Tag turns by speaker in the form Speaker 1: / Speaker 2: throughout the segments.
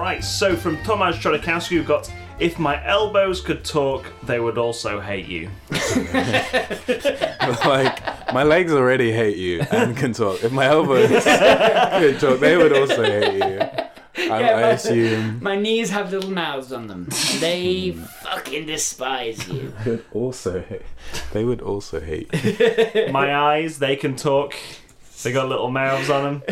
Speaker 1: Right, so from Tomasz Chodakowski, we've got If My Elbows Could Talk, They Would Also Hate You.
Speaker 2: like my legs already hate you and can talk. If my elbows could talk, they would also hate you. I,
Speaker 3: Yeah,
Speaker 2: I
Speaker 3: but-
Speaker 2: assume
Speaker 3: My knees have little mouths on them. And they fucking despise you.
Speaker 2: could also hate. They would also hate. you.
Speaker 1: My eyes, they can talk. They got little mouths on them.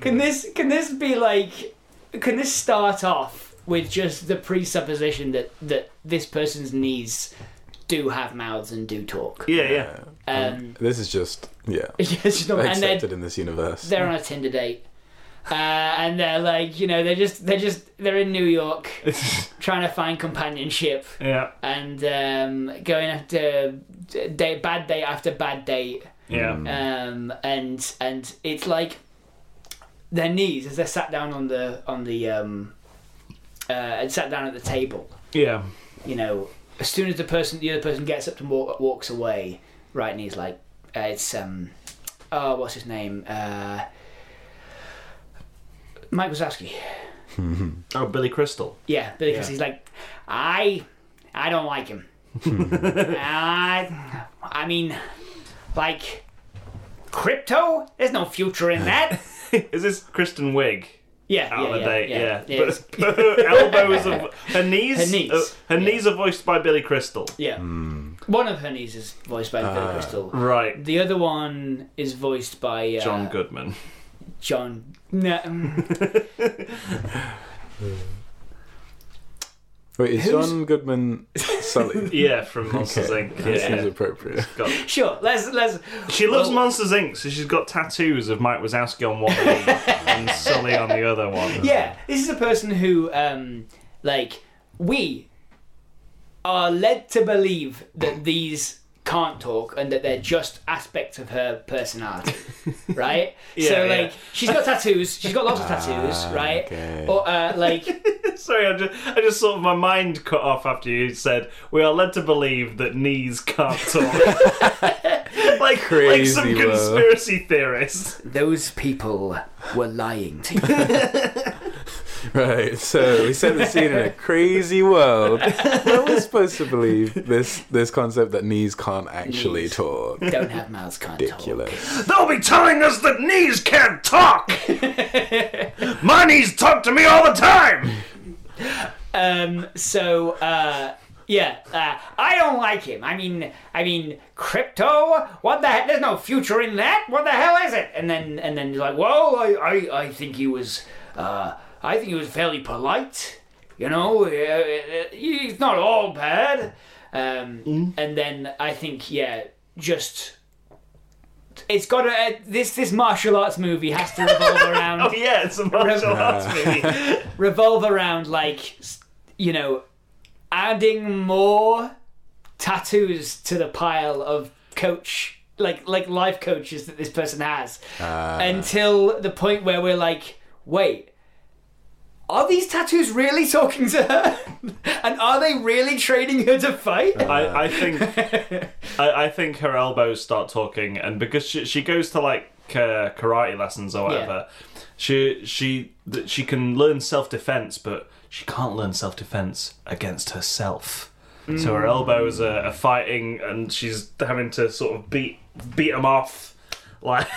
Speaker 3: Can this can this be like can this start off with just the presupposition that that this person's knees do have mouths and do talk?
Speaker 1: Yeah, yeah.
Speaker 3: Um
Speaker 2: This is just yeah
Speaker 3: yes, you know, and they're,
Speaker 2: accepted in this universe.
Speaker 3: they're on a Tinder date. Uh, and they're like, you know, they're just, they're just, they're in New York, trying to find companionship,
Speaker 1: Yeah,
Speaker 3: and um, going after day, bad day after bad date,
Speaker 1: yeah.
Speaker 3: um, and and it's like their knees as they're sat down on the on the um, uh, and sat down at the table.
Speaker 1: Yeah.
Speaker 3: You know, as soon as the person the other person gets up and walk, walks away, right knee's like uh, it's um oh what's his name uh, Mike Wazowski.
Speaker 1: Oh, Billy Crystal.
Speaker 3: Yeah, because
Speaker 1: Yeah.
Speaker 3: he's like, I, I don't like him. I, I mean, like, crypto. There's no future in that.
Speaker 1: Is this Kristen Wiig?
Speaker 3: Yeah,
Speaker 1: Out
Speaker 3: yeah,
Speaker 1: on a
Speaker 3: yeah,
Speaker 1: date,
Speaker 3: yeah,
Speaker 1: yeah.
Speaker 3: yeah.
Speaker 1: But, but her elbows, are, her knees,
Speaker 3: Her knees.
Speaker 1: uh, her
Speaker 3: Yeah.
Speaker 1: knees are voiced by Billy Crystal.
Speaker 3: Yeah. One of her knees is voiced by Billy
Speaker 1: Ah.
Speaker 3: Crystal.
Speaker 1: Right,
Speaker 3: The other one is voiced by uh,
Speaker 1: John Goodman.
Speaker 3: John. No, mm,
Speaker 2: Wait, is
Speaker 3: Who's-
Speaker 2: John Goodman Sully?
Speaker 1: Yeah, from Monsters
Speaker 2: Okay.
Speaker 1: Inc.
Speaker 2: That seems
Speaker 1: Yeah.
Speaker 2: appropriate.
Speaker 1: Got-
Speaker 3: sure. Let's let's.
Speaker 1: She loves
Speaker 3: Well-
Speaker 1: Monsters Inc. So she's got tattoos of Mike Wazowski on one knee and Sully on the other one.
Speaker 3: Yeah, this is a person who, um, like, we are led to believe that these can't talk and that they're just aspects of her personality, right? so,
Speaker 1: Yeah, yeah.
Speaker 3: like, she's got tattoos. She's got lots of tattoos,
Speaker 2: Ah,
Speaker 3: right?
Speaker 2: okay.
Speaker 3: Or, uh, like,
Speaker 1: Sorry, I just, I just sort of my mind cut off after you said we are led to believe that knees can't talk. like
Speaker 2: Crazy
Speaker 1: like some
Speaker 2: world.
Speaker 1: conspiracy theorist.
Speaker 3: those people were lying to you.
Speaker 2: Right, so we set the scene in a crazy world. No one's supposed to believe this this concept that knees can't actually
Speaker 3: Knees.
Speaker 2: talk.
Speaker 3: Don't have mouths, can't talk.
Speaker 2: Ridiculous.
Speaker 1: They'll be telling us that knees can't talk. my knees talk to me all the time.
Speaker 3: Um, so, uh, yeah, uh, I don't like him. I mean, I mean, crypto. What the hell? There's no future in that. What the hell is it? And then, and then, you're like, well, I, I, I think he was, uh, I think he was fairly polite. You know, uh, uh, he's not all bad. Um, And then I think, yeah, just. It's got to uh, this this martial arts movie has to revolve around
Speaker 1: Oh yeah, it's a martial arts movie.
Speaker 3: revolve around like s- you know adding more tattoos to the pile of coach like like life coaches that this person has until the point where we're like wait are these tattoos really talking to her and are they really training her to fight
Speaker 1: I, I think I, I think her elbows start talking, and because she, she goes to like uh, karate lessons or whatever, she she th- she can learn self defense, but she can't learn self defense against herself. So
Speaker 3: Mm.
Speaker 1: her elbows are, are fighting, and she's having to sort of beat beat them off. Like,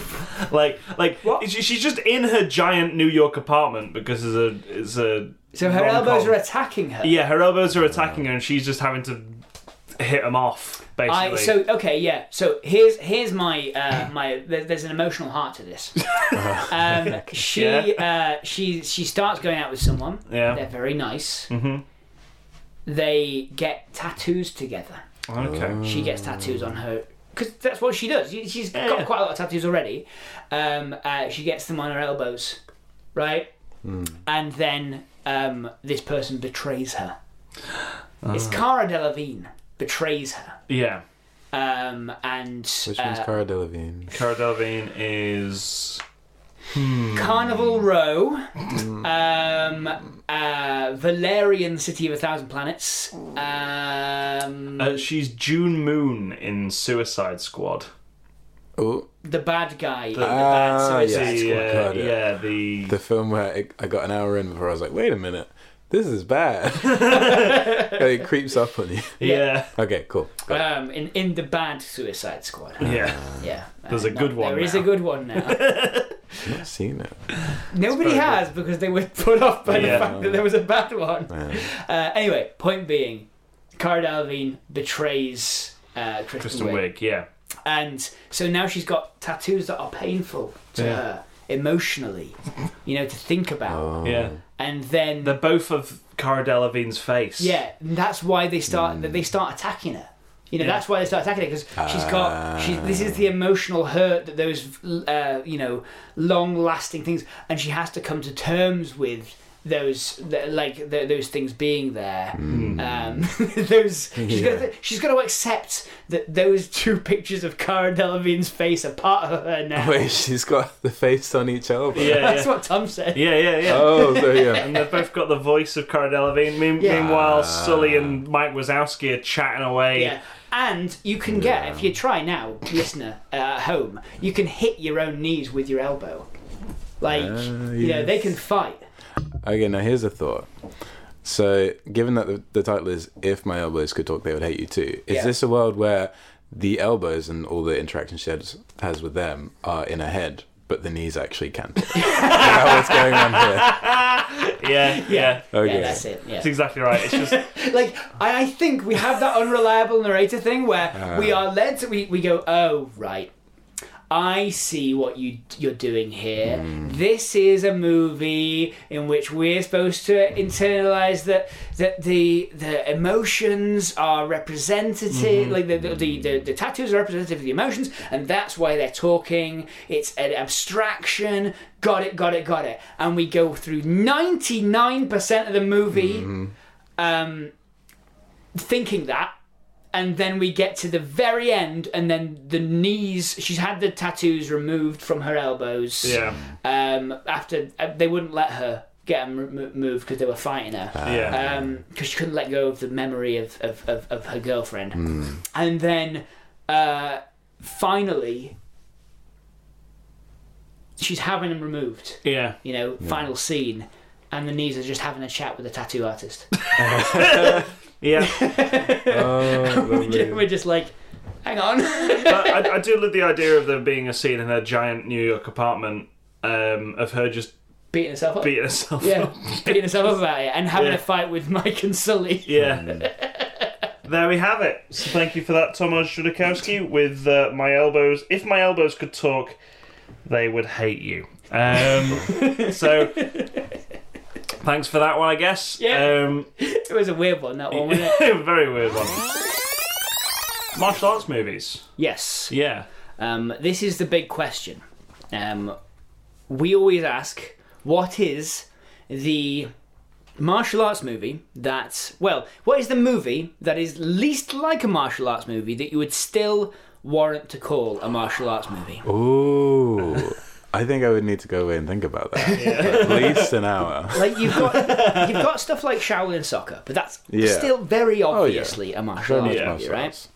Speaker 1: like, like she, she's just in her giant New York apartment because it's a it's a
Speaker 3: so her
Speaker 1: rom-com.
Speaker 3: elbows are attacking her
Speaker 1: Yeah, her elbows are attacking her, and she's just having to hit them off, basically.
Speaker 3: I, so okay, yeah. So here's here's my uh, my. There, there's an emotional heart to this. um, she uh, she she starts going out with someone.
Speaker 1: Yeah.
Speaker 3: they're very nice. Mm-hmm. They get tattoos together.
Speaker 1: okay.
Speaker 3: She gets tattoos on her because that's what she does. She, she's got
Speaker 1: yeah.
Speaker 3: quite a lot of tattoos already. Um, uh, she gets them on her elbows, right?
Speaker 1: Hmm.
Speaker 3: And then um, this person betrays her. It's
Speaker 1: Ah.
Speaker 3: Cara Delevingne betrays her.
Speaker 1: Yeah.
Speaker 3: Um, and
Speaker 2: Which one's
Speaker 3: uh,
Speaker 2: Cara Delevingne?
Speaker 1: Cara Delevingne is.
Speaker 3: Carnival Row,
Speaker 2: Mm.
Speaker 3: um, uh, Valerian City of a Thousand Planets. Um,
Speaker 1: Uh, she's June Moon in Suicide Squad.
Speaker 2: Oh,
Speaker 3: the bad guy, in the bad
Speaker 2: Ah,
Speaker 3: Suicide
Speaker 2: yes.
Speaker 1: the,
Speaker 3: Squad.
Speaker 1: uh,
Speaker 2: Squad, yeah.
Speaker 1: yeah, the,
Speaker 2: the film where it, I got an hour in before I was like, wait a minute, this is bad. And it creeps up on you.
Speaker 1: yeah,
Speaker 2: Okay, cool. Got it.
Speaker 3: Um, in in the bad Suicide Squad.
Speaker 1: yeah.
Speaker 3: Yeah,
Speaker 1: There's a
Speaker 3: no,
Speaker 1: good one
Speaker 3: There is
Speaker 1: now.
Speaker 3: a good one now.
Speaker 2: I've not seen it.
Speaker 3: Nobody
Speaker 1: very
Speaker 3: has because they were put off by
Speaker 1: Yeah.
Speaker 3: the fact that there was a bad one.
Speaker 2: Yeah.
Speaker 3: Uh, anyway, point being, Cara Delevingne betrays uh, Kristen,
Speaker 1: Kristen
Speaker 3: Wiig.
Speaker 1: Wiig, yeah,
Speaker 3: and so now she's got tattoos that are painful to
Speaker 1: Yeah.
Speaker 3: her emotionally, you know, to think about,
Speaker 2: Oh.
Speaker 1: yeah.
Speaker 3: and then
Speaker 1: They're both of Cara Delevingne's face.
Speaker 3: yeah, and that's why they start that they start attacking her. You know,
Speaker 1: Hmm. Yeah.
Speaker 3: that's why they start attacking her because she's got she, this is the emotional hurt that those uh, you know long lasting things, and she has to come to terms with those th- like th- those things being there.
Speaker 1: Hmm.
Speaker 3: Um, those she's
Speaker 2: Yeah.
Speaker 3: got she's got to accept that those two pictures of Cara Delevingne's face are part of her now.
Speaker 2: Wait, she's got the face on each elbow.
Speaker 1: Oh, Yeah,
Speaker 3: that's
Speaker 1: yeah.
Speaker 3: what Tom said.
Speaker 1: yeah, yeah, yeah.
Speaker 2: Oh, so yeah.
Speaker 1: And they've both got the voice of Cara Delevingne. Mean-
Speaker 3: Yeah.
Speaker 1: Meanwhile, Sully and Mike Wazowski are chatting away.
Speaker 3: Yeah. And you can get, if you try now, listener uh, at home, you can hit your own knees with your elbow. Like,
Speaker 2: Ah,
Speaker 3: you know, they
Speaker 2: yes.
Speaker 3: can fight.
Speaker 2: Okay, now here's a thought. So, given that the, the title is "If My Elbows Could Talk, They Would Hate You Too," is
Speaker 3: Yeah.
Speaker 2: this a world where the elbows and all the interaction she has, has with them are in her head, but the knees actually can? talk? Is that what's going on here?
Speaker 1: yeah, yeah.
Speaker 2: Okay.
Speaker 3: Yeah, that's it. Yeah.
Speaker 1: That's exactly right. It's just
Speaker 3: Like, I, I think we have that unreliable narrator thing where we are led to, we, we go, oh, right. I see what you you're doing here. This is a movie in which we're supposed to internalize that that the the emotions are representative, like the the, the the the tattoos are representative of the emotions, and that's why they're talking. It's an abstraction. Got it, got it, got it. And we go through ninety nine percent of the movie, um, thinking that and then we get to the very end, and then the knees. She's had the tattoos removed from her elbows.
Speaker 1: yeah,
Speaker 3: Um. After uh, they wouldn't let her get them removed because they were fighting her.
Speaker 1: yeah.
Speaker 3: Um. Because she couldn't let go of the memory of of of, of her girlfriend. And then, uh, finally, she's having them removed.
Speaker 1: yeah.
Speaker 3: You know, final scene, and the knees are just having a chat with the tattoo artist.
Speaker 1: Yeah,
Speaker 2: Oh, lovely.
Speaker 3: We're just like, hang on.
Speaker 1: but I, I do love the idea of there being a scene in her giant New York apartment um, of her just
Speaker 3: beating herself up.
Speaker 1: beating herself
Speaker 3: Yeah,
Speaker 1: up.
Speaker 3: beating herself up about it and having
Speaker 1: Yeah.
Speaker 3: a fight with Mike and Sully.
Speaker 1: Yeah. there we have it. So thank you for that, Tomasz Judakowski, with uh, my elbows. If my elbows could talk, they would hate you. Um, so thanks for that one, I guess.
Speaker 3: Yeah.
Speaker 1: Um,
Speaker 3: It was a weird one, that one, wasn't it?
Speaker 1: very weird one. Martial arts movies.
Speaker 3: yes.
Speaker 1: Yeah.
Speaker 3: Um, this is the big question. Um, we always ask, what is the martial arts movie that, well, what is the movie that is least like a martial arts movie that you would still warrant to call a martial arts movie?
Speaker 2: Ooh. I think I would need to go away and think about that. At least an hour.
Speaker 3: Like you've got you've got stuff like Shaolin Soccer, but that's
Speaker 2: Yeah. Oh,
Speaker 3: still very
Speaker 2: yeah.
Speaker 3: obviously a
Speaker 2: Very
Speaker 3: martial arts
Speaker 2: much
Speaker 3: movie,
Speaker 2: martial
Speaker 3: right?
Speaker 2: arts.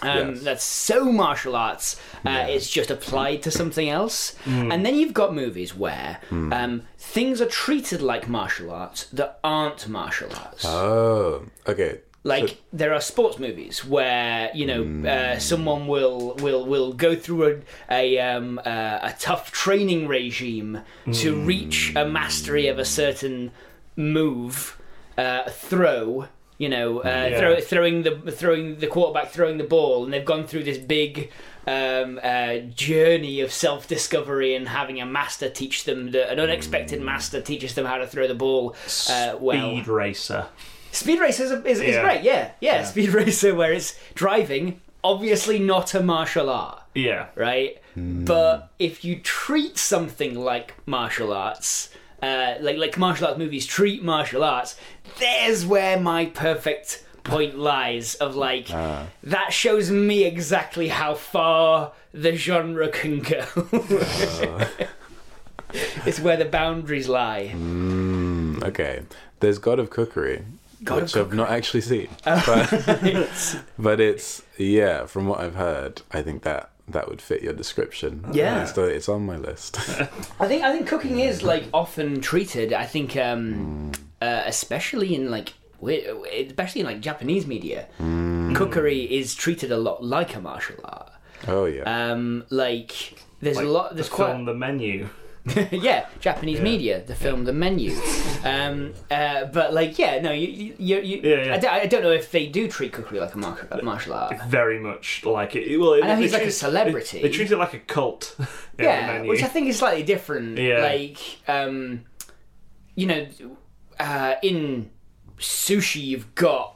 Speaker 3: Um,
Speaker 2: Yes.
Speaker 3: That's so martial arts. Uh, It's just applied to something else.
Speaker 2: Mm.
Speaker 3: And then you've got movies where um, things are treated like martial arts that aren't martial arts.
Speaker 2: Oh, okay.
Speaker 3: like there are sports movies where you know
Speaker 1: Hmm.
Speaker 3: uh, someone will will will go through a a, um, uh, a tough training regime to
Speaker 1: Hmm.
Speaker 3: reach a mastery of a certain move, uh, throw. You know, uh,
Speaker 1: Hmm, Yeah.
Speaker 3: throw, throwing the throwing the quarterback throwing the ball, and they've gone through this big um, uh, journey of self discovery and having a master teach them the, an unexpected master teaches them how to throw the ball uh, well.
Speaker 1: Hmm. Speed Racer.
Speaker 3: Speed Racer is, is, is
Speaker 1: Yeah.
Speaker 3: great, yeah. yeah. Speed Racer, where it's driving, obviously not a martial art,
Speaker 1: Yeah.
Speaker 3: right? But if you treat something like martial arts, uh, like like martial arts movies treat martial arts, there's where my perfect point lies of like that shows me exactly how far the genre can go. it's where the boundaries lie.
Speaker 2: Mm, Okay. There's God of Cookery,
Speaker 3: God of
Speaker 2: which I've not actually seen. But, but it's, yeah, from what I've heard, I think that that would fit your description.
Speaker 3: Yeah.
Speaker 2: Uh, so it's on my list.
Speaker 3: I think I think cooking is like often treated. I think, um, uh, especially in like we- especially in like Japanese media, cookery is treated a lot like a martial art.
Speaker 2: oh yeah.
Speaker 3: Um, like there's a lot. There's
Speaker 1: the
Speaker 3: quite
Speaker 1: film, the menu.
Speaker 3: yeah, Japanese media, the film, the menu. Um, uh, but like, yeah, no, you, you, you, you
Speaker 1: Yeah, yeah.
Speaker 3: I, don't, I don't know if they do treat cookery like a martial, a martial art.
Speaker 1: Very much like it. Well, I
Speaker 3: know he's like a celebrity.
Speaker 1: They, treat it like a cult. in the
Speaker 3: Yeah,
Speaker 1: menu.
Speaker 3: which I think is slightly different.
Speaker 1: Yeah.
Speaker 3: Like, um, you know, uh, in sushi, you've got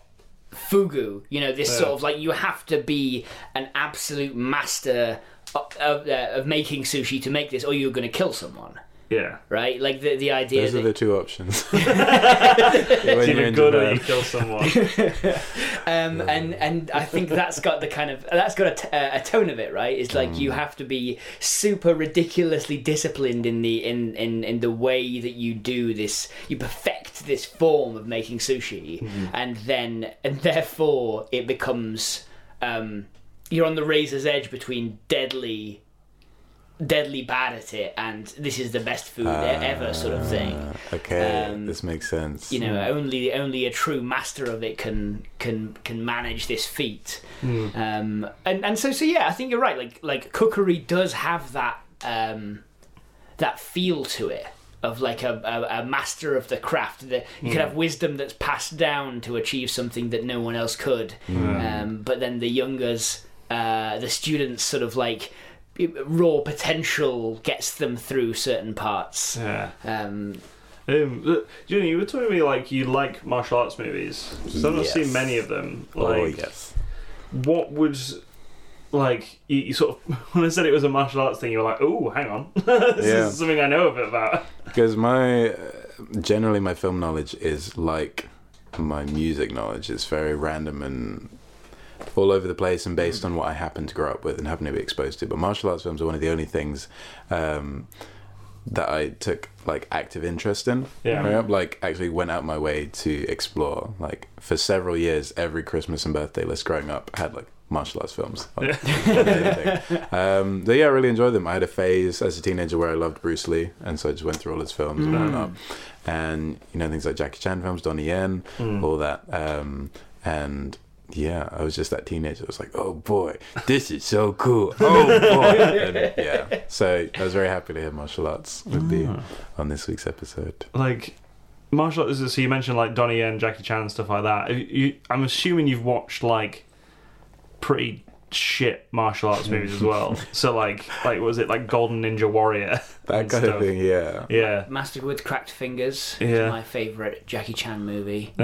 Speaker 3: fugu. You know, this sort of like you have to be an absolute master of, of, uh, of making sushi to make this, or you're going to kill someone.
Speaker 1: yeah.
Speaker 3: Right, like the the idea
Speaker 2: Those
Speaker 3: that
Speaker 2: are the two options. When
Speaker 1: It's
Speaker 2: you're
Speaker 1: either
Speaker 2: in
Speaker 1: good or you
Speaker 2: Japan.
Speaker 1: kill someone.
Speaker 3: um, and and I think that's got the kind of that's got a, t- a tone of it, right? It's like you have to be super ridiculously disciplined in the in, in in the way that you do this. You perfect this form of making sushi, and then and therefore it becomes um, you're on the razor's edge between deadly. Deadly bad at it, and this is the best food e- ever, sort of
Speaker 2: Ah.
Speaker 3: thing.
Speaker 2: Uh, Okay,
Speaker 3: Um,
Speaker 2: this makes sense.
Speaker 3: You know, only only a true master of it can can can manage this feat. Um, and and so so yeah, I think you're right. Like like cookery does have that um, that feel to it of like a, a, a master of the craft that you could have wisdom that's passed down to achieve something that no one else could. Um, but then the youngers, uh, the students, sort of like raw potential gets them through certain parts.
Speaker 1: yeah.
Speaker 3: Um,
Speaker 1: Um, look, Junior, you were telling me like you like martial arts movies. So I've not
Speaker 2: Yes.
Speaker 1: seen many of them.
Speaker 2: oh
Speaker 1: Like,
Speaker 2: yes.
Speaker 1: what would like you, you sort of when I said it was a martial arts thing, you were like, "Oh, hang on, this
Speaker 2: Yeah.
Speaker 1: is something I know a bit about."
Speaker 2: Because my uh, generally my film knowledge is like my music knowledge. It's very random and all over the place and based on what I happen to grow up with and happen to be exposed to. But martial arts films are one of the only things um, that I took like active interest in.
Speaker 1: Yeah.
Speaker 2: Growing up, like actually went out my way to explore. Like for several years, every Christmas and birthday list growing up had like martial arts films. Like, anything. um, so yeah, I really enjoyed them. I had a phase as a teenager where I loved Bruce Lee, and so I just went through all his films and went up, and you know things like Jackie Chan films, Donnie Yen,
Speaker 1: Mm.
Speaker 2: all that, um, and. Yeah, I was just that teenager. I was like, "Oh boy, this is so cool!" Oh boy, And, yeah. So I was very happy to hear martial arts would be on this week's episode.
Speaker 1: Like martial arts. So you mentioned like Donnie Yen, Jackie Chan, and stuff like that. You- you- I'm assuming you've watched like pretty shit martial arts movies as well. So like, like what was it like Golden Ninja Warrior?
Speaker 2: That
Speaker 1: and
Speaker 2: kind
Speaker 1: stuff?
Speaker 2: of thing, yeah.
Speaker 1: Yeah.
Speaker 3: Master with Cracked Fingers
Speaker 1: Yeah.
Speaker 3: is my favourite Jackie Chan movie.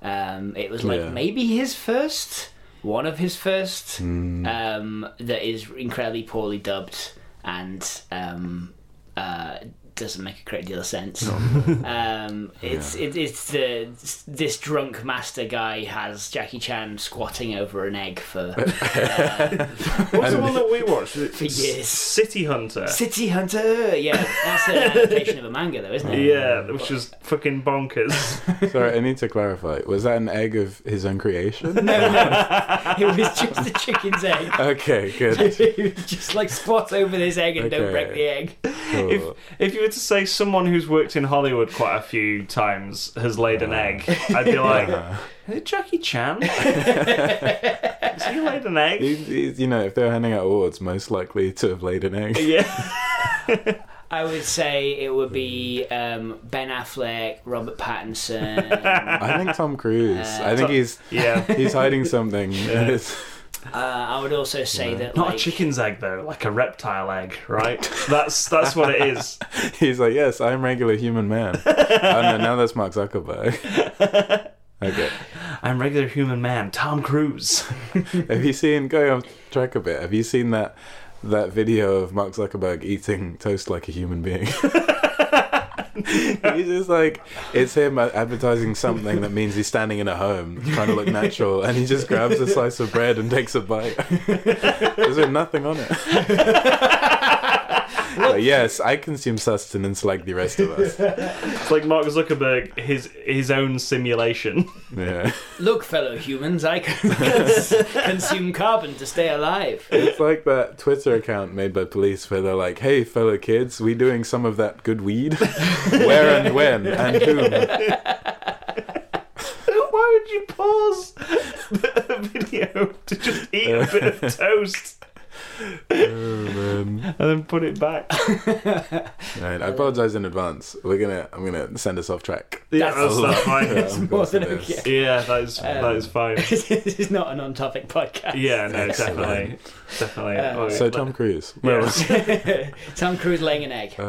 Speaker 3: um, it was like
Speaker 2: Yeah.
Speaker 3: maybe his first, one of his first,
Speaker 1: Hmm.
Speaker 3: um, that is incredibly poorly dubbed and um, uh, doesn't make a great deal of sense. um, it's it, it's the this drunk master guy has Jackie Chan squatting over an egg for
Speaker 1: What's the one that we watched?
Speaker 3: for years.
Speaker 1: City Hunter.
Speaker 3: City Hunter, yeah, that's an adaptation of a manga, though, isn't it?
Speaker 1: Yeah, which was fucking bonkers.
Speaker 2: Sorry, I need to clarify. Was that an egg of his own creation?
Speaker 3: No, no. It was just a chicken's egg.
Speaker 2: Okay, good.
Speaker 3: It was just like spot over this egg and don't
Speaker 2: Okay.
Speaker 3: break the egg.
Speaker 2: Cool.
Speaker 1: if if you were to say someone who's worked in Hollywood quite a few times has laid an egg, I'd be like, "Is it Jackie Chan? Has he laid an egg?
Speaker 2: He's- he's- you know, if they're handing out awards, most likely to have laid an egg.
Speaker 1: Yeah.
Speaker 3: I would say it would be um, Ben Affleck, Robert Pattinson. uh,
Speaker 2: I think Tom Cruise.
Speaker 3: Uh,
Speaker 2: I think
Speaker 1: Tom-
Speaker 2: he's
Speaker 1: Yeah.
Speaker 2: he's hiding something. It's-
Speaker 3: I would also say that
Speaker 1: Not
Speaker 3: like,
Speaker 1: a chicken's egg though, like a reptile egg, right? That's that's what it is.
Speaker 2: he's like, yes, I'm regular human man. oh no, now that's Mark Zuckerberg. okay.
Speaker 1: I'm regular human man, Tom Cruise.
Speaker 2: Have you seen going off track a bit? Have you seen that that video of Mark Zuckerberg eating toast like a human being? He's just like it's him advertising something that means he's standing in a home trying to look natural, and he just grabs a slice of bread and takes a bite. There's nothing on it. But yes, I consume sustenance like the rest of us.
Speaker 1: It's like Mark Zuckerberg, his his own simulation.
Speaker 2: Yeah.
Speaker 3: Look, fellow humans, I can consume carbon to stay alive.
Speaker 2: It's like that Twitter account made by police where they're like, "Hey, fellow kids, we doing some of that good weed? Where and when and whom?"
Speaker 1: Why would you pause the video to just eat a bit of toast
Speaker 2: Oh,
Speaker 1: and then put it back?
Speaker 2: Right, I apologize in advance. We're gonna, I'm gonna send us off track.
Speaker 1: Oh. Yeah,
Speaker 3: That's-
Speaker 1: that's, that's fine.
Speaker 2: Yeah, I'm
Speaker 3: more than
Speaker 2: gonna do this.
Speaker 3: okay.
Speaker 1: Yeah, that is that is fine.
Speaker 3: this is not an on-topic podcast.
Speaker 1: Yeah, no,
Speaker 2: Excellent.
Speaker 1: definitely, definitely.
Speaker 3: Uh,
Speaker 1: Oh,
Speaker 2: So
Speaker 1: yeah.
Speaker 2: Tom Cruise.
Speaker 1: Yeah.
Speaker 2: Well,
Speaker 3: Tom Cruise laying an egg.
Speaker 2: uh,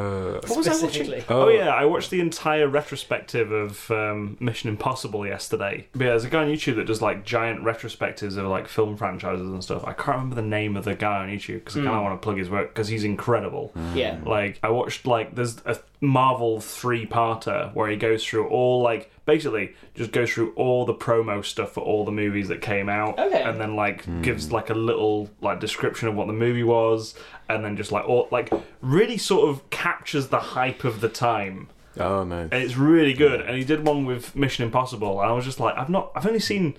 Speaker 1: What was I watching?
Speaker 3: specifically.
Speaker 1: Oh, yeah, I watched the entire retrospective of um, Mission Impossible yesterday. But yeah, there's a guy on YouTube that does like giant retrospectives of like film franchises and stuff. I can't remember the name of the guy on YouTube because I kind of want to plug his work because he's incredible.
Speaker 3: Yeah.
Speaker 1: Like I watched like there's a Marvel three-parter where he goes through all like basically just goes through all the promo stuff for all the movies that came out
Speaker 3: Okay.
Speaker 1: and then like gives like a little like description of what the movie was and then just like all like really sort of captures the hype of the time.
Speaker 2: Oh no.
Speaker 1: And it's really good. And he did one with Mission Impossible and I was just like I've not I've only seen